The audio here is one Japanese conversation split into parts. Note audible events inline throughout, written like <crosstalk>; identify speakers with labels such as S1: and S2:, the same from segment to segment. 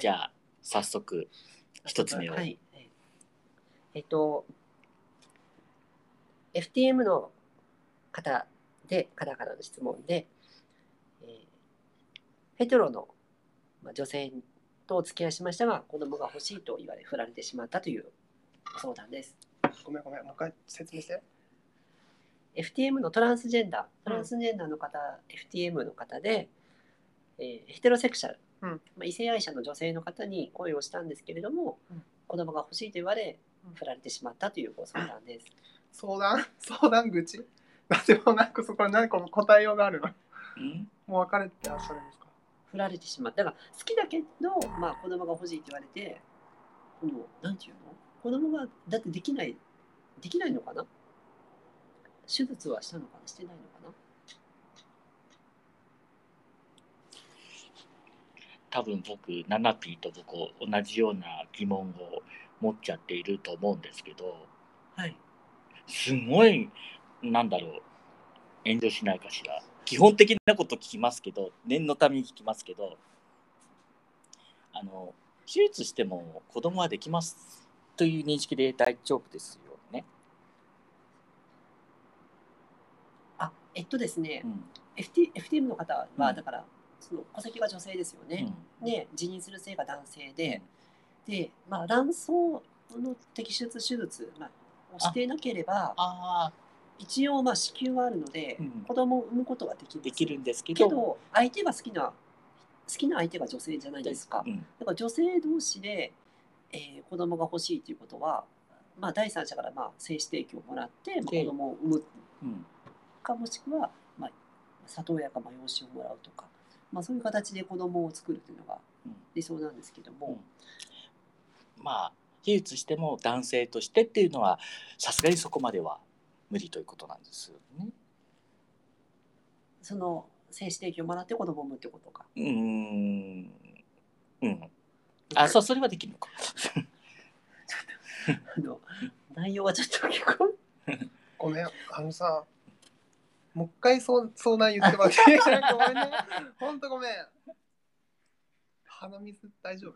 S1: じゃあ早速一つ目を、
S2: はい。はいえっと、FTM の方で、方からの質問で、えーヘテロのまあ女性とお付き合いしましたが、子供が欲しいと言われ、振られてしまったという相談です。
S3: ごめんごめん、もう一回説明して。
S2: FTM のトランスジェンダー、トランスジェンダーの方、FTM の方で、えーヘテロセクシャル、
S3: うん
S2: まあ、異性愛者の女性の方に恋をしたんですけれども、
S3: うん
S2: 子供が欲しいと言われ
S3: うん、
S2: 振られてしまったというご相談です。
S3: 相談 <laughs> 相談口なんでもなくそこに何個も答えようがあるの。
S1: うん
S3: もう別れてらっしゃるんですか
S2: 振られてしまった。だから好きだけど、まあ、子供が欲しいって言われて、もう、なんていうの子供が、だってできない、できないのかな手術はしたのかなしてないのかな
S1: 多分僕 7P と僕同じような疑問を持っちゃっていると思うんですけど
S2: はい。
S1: すごいなんだろう遠慮しないかしら基本的なこと聞きますけど念のために聞きますけどあの手術しても子供はできますという認識で大丈夫ですよね。
S2: あ、えっとですね
S1: う、ん
S2: FT FTM の方
S1: う
S2: は、
S1: ん
S2: だから、その戸籍が女性ですよね。で、辞任する性が男性で、で、まあ、卵巣の摘出手術、まあ、をしていなければ、
S1: ああ
S2: 一応、まあ、子宮はあるので、
S1: うん
S2: 子供を産むことができる。
S1: できるんですけ
S2: け
S1: ど
S2: ど相手が好きな好きな相手が女性じゃないですか
S1: う。ん
S2: だから女性同士で、えー子供が欲しいということは、まあ、第三者からまあ精子提供をもらって、まあ、
S1: で
S2: 子供を産む
S1: うん
S2: かもしくは、まあ、里親かまあ養子をもらうとか、まあ、そういう形で子供を作るというのが
S1: うん
S2: 理想なんですけども、
S1: まあ手術しても男性としてっていうのはさすがにそこまでは無理ということなんですよね。
S2: その精子提供をもらって子供を産むってことか。
S1: うーんうんあそうそれはできるのか。
S2: あの内容はちょっと結構
S3: ごめん、あのさ、もう一回そう相談言っても
S2: <laughs>
S3: らっていいごめんね。ほんとごめん。鼻水大丈夫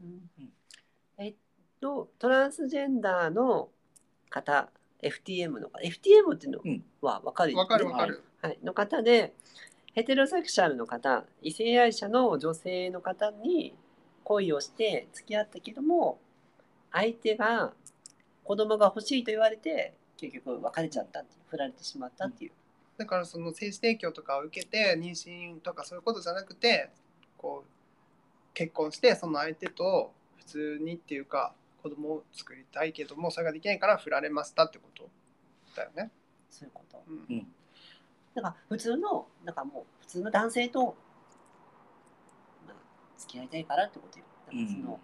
S1: うん
S2: えっとトランスジェンダーの方 FTM の方 FTM っていう
S1: うん
S2: のは分かるよね
S3: わかるわかる。
S2: はい、の方でヘテロセクシャルの方異性愛者の女性の方に恋をして付き合ったけども相手が子供が欲しいと言われて結局別れちゃったっていう振られてしまったっていう、
S3: だからその精子提供とかを受けて妊娠とかそういうことじゃなくてこう結婚してその相手と普通にっていうか子供を作りたいけどもそれができないから振られましたってことだよね。
S2: そういうこと。
S3: うん
S1: うん
S2: だから普通のなんかもう普通の男性と、まあ、付き合いたいからってことよ。だ
S1: う
S2: からその、
S1: ん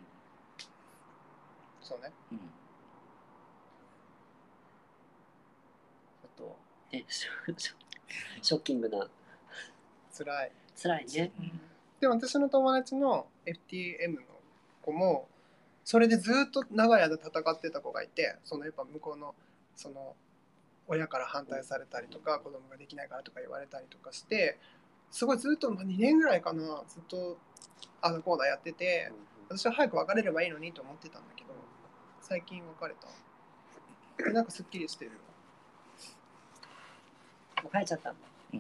S3: そうね。
S1: うん
S2: ちょっと、ね、ショショショッキングな、
S3: 辛い。
S2: 辛いね。
S1: うん
S3: でも私の友達の FTM の子もそれでずっと長い間戦ってた子がいてそのやっぱ向こうのその親から反対されたりとか子供ができないからとか言われたりとかしてすごいずっとまあ2年ぐらいかなずっとあのコーナーやってて私は早く別れればいいのにと思ってたんだけど最近別れたでなんかすっきりしてる、
S2: もう帰っちゃったんだ。
S3: う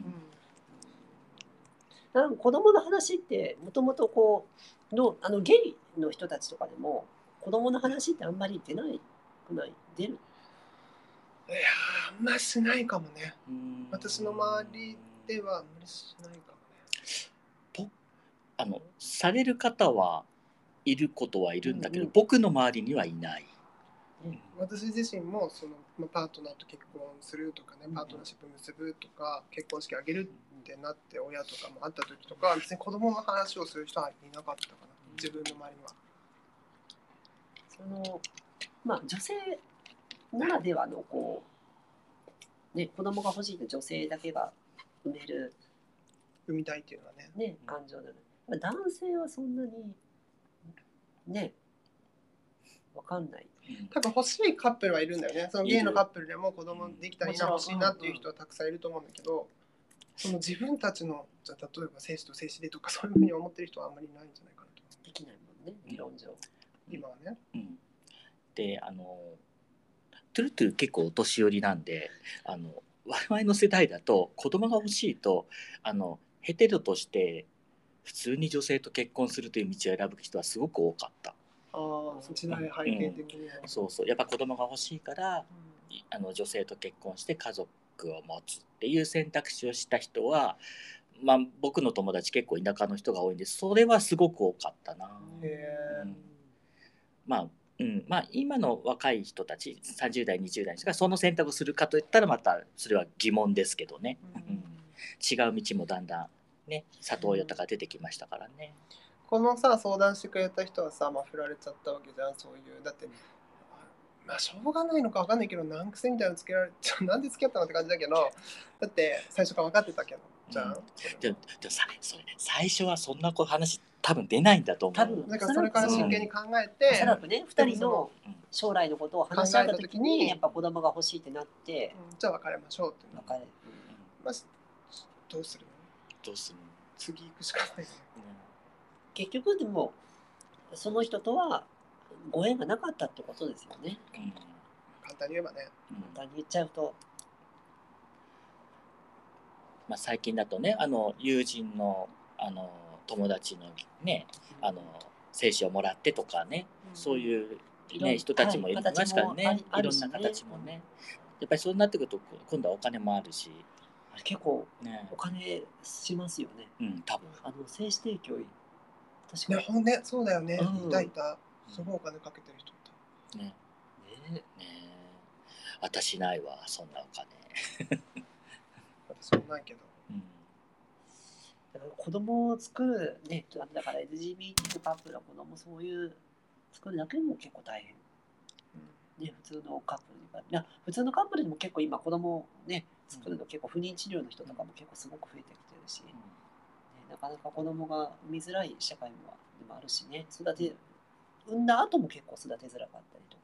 S3: ん、
S2: なんか子供の話って、もともとこう、どうあのゲイの人たちとかでも、子供の話ってあんまり出ないくない、出る。
S3: いやーあんましないかもね
S1: うん
S3: 私の周りではあんまりしないかもね
S1: あのされる方はいることはいるんだけど、
S2: うんうん
S1: 僕の周りにはいない。
S2: うん
S3: 私自身もそのまあパートナーと結婚するとかね
S1: うん
S3: パートナーシップ結ぶとか結婚式あげるってなって親とかもあった時とか別に子供の話をする人はいなかったかな自分の周りには。
S2: その、まあ、女性ならではの、こう、ね、子供が欲しいって女性だけが埋める、
S3: 産みたいっていうのはね
S2: ね、感情なの。男性はそんなに、ね、わかんない。
S1: うん
S3: 多分欲しいカップルはいるんだよねそのゲイのカップルでも子供できたらいいな
S2: も
S3: 欲
S2: ち
S3: し
S2: ろん
S3: いなっていう人はたくさんいると思うんだけどその自分たちのじゃあ例えば精子と精子でとかそういうふうに思ってる人はあんまりいないんじゃないかなと
S2: できないもんね理論上
S3: 今はね
S1: うん、であのトゥルトゥル結構お年寄りなんであの我々の世代だと子供が欲しいとあのヘテロとして普通に女性と結婚するという道を選ぶ人はすごく多かった
S3: ああ時代背景的には、
S1: そうそうやっぱ子供が欲しいから
S3: う
S1: あの女性と結婚して家族を持つっていう選択肢をした人は、まあ、僕の友達結構田舎の人が多いんでそれはすごく多かったな。
S3: んへえ
S1: うんまあうんまあ、今の若い人たち30代20代の人がその選択をするかといったらまたそれは疑問ですけどねうん違う道もだんだんね里親とか出てきましたからね。
S3: このさ相談してくれた人はさ、まあ、振られちゃったわけじゃんそういうだってまあしょうがないのかわかんないけど難癖みたいなのつけられちゃなんで付き合ったのって感じだけどだって最初から分かってたけどじゃん、
S1: うんでもでもさそれ最初はそんなこ話多分出ないんだと思う。
S2: 多分
S3: だからそれから真剣に考え
S2: おそ
S3: て
S2: らくね2人の
S1: うん
S2: 将来のことを話し合った時
S3: 考えた時
S2: に
S3: に
S2: やっぱ子供が欲しいってなって
S3: うんじゃあ別れましょうって
S2: なんかね
S3: まあ、しどうするの
S1: どうするの
S3: 次行くしかないよね
S2: 結局でもその人とはご縁がなかったってことですよね
S1: うんうん
S3: 簡単に言えばね
S1: うん
S2: 簡単に言っちゃうと
S1: まあ、最近だとねあの友人のあの友達のねあの精子をもらってとかねそう
S3: う
S1: いう、
S2: いろん
S1: ね、人たちもいる、
S2: はい
S1: 確かにね
S2: あ
S1: い
S2: り
S1: ろ
S2: ある
S1: ん
S2: しね
S1: な形もねやっぱりそうなってくると今度はお金もあるし、
S2: あれ結構
S1: ね
S2: お金しますよね
S1: うん、多分
S2: あの精子提供確
S3: ね
S2: か
S3: ほんねそうだよね、
S2: うん
S3: いたいたすごいお金かけてる人いた
S1: ねね
S2: にね
S1: 私ないわそんなお金、
S3: 私もないけど
S1: うん
S2: だから子供を作るねだから LGBT パップルは子供そういう作るだけでも結構大変ね、普通のカップルにかいや普通のカップルでも結構今子供をね作るの結構不妊治療の人とかも結構すごく増えてきてるし、ね、なかなか子供が産みづらい社会もでもあるしね育て産んだ後も結構育てづらかったりとか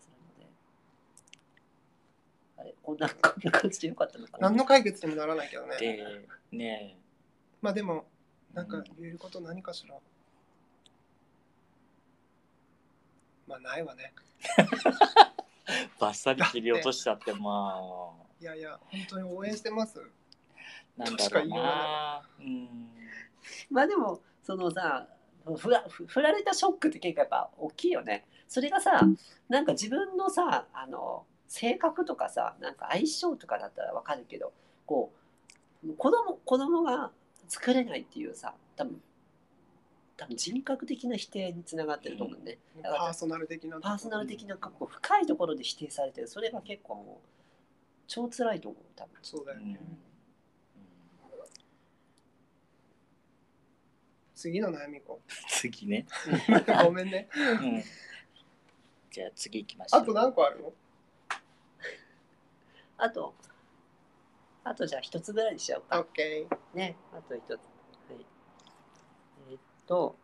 S2: するのであれこんなこんな感じでよかったのかな
S3: 何の解決にもならないけど
S1: うん、
S3: ね
S1: でね
S3: まあでもなんか言えること何かしら、まあないわね
S1: バッサリ切り落としちゃってまあ
S3: いやいや本当に応援してます
S1: なんだろう
S3: 確かに言わ
S1: なうん
S2: まあでもそのさふらふ振られたショックって結構やっぱ大きいよね。それがさなんか自分のさあの性格とかさなんか相性とかだったらわかるけどこう子供子供が作れないっていうさ多分多分人格的な否定につながってると思うね。
S3: パーソナル的な
S2: パーソナル的な過去深いところで否定されてるそれが結構もう超辛いと思う多分。
S3: そう
S1: う
S3: だよ
S1: んう
S3: ね、
S1: ん
S3: 次の悩み行こ
S1: 次ね、
S3: うごめんね
S1: うん、じゃあ次行きましょう
S3: あと何個あるの
S2: あとあとじゃあ一つぐらいにしようか。
S3: ?OK
S2: ね、あと一つ。はい。えーっと、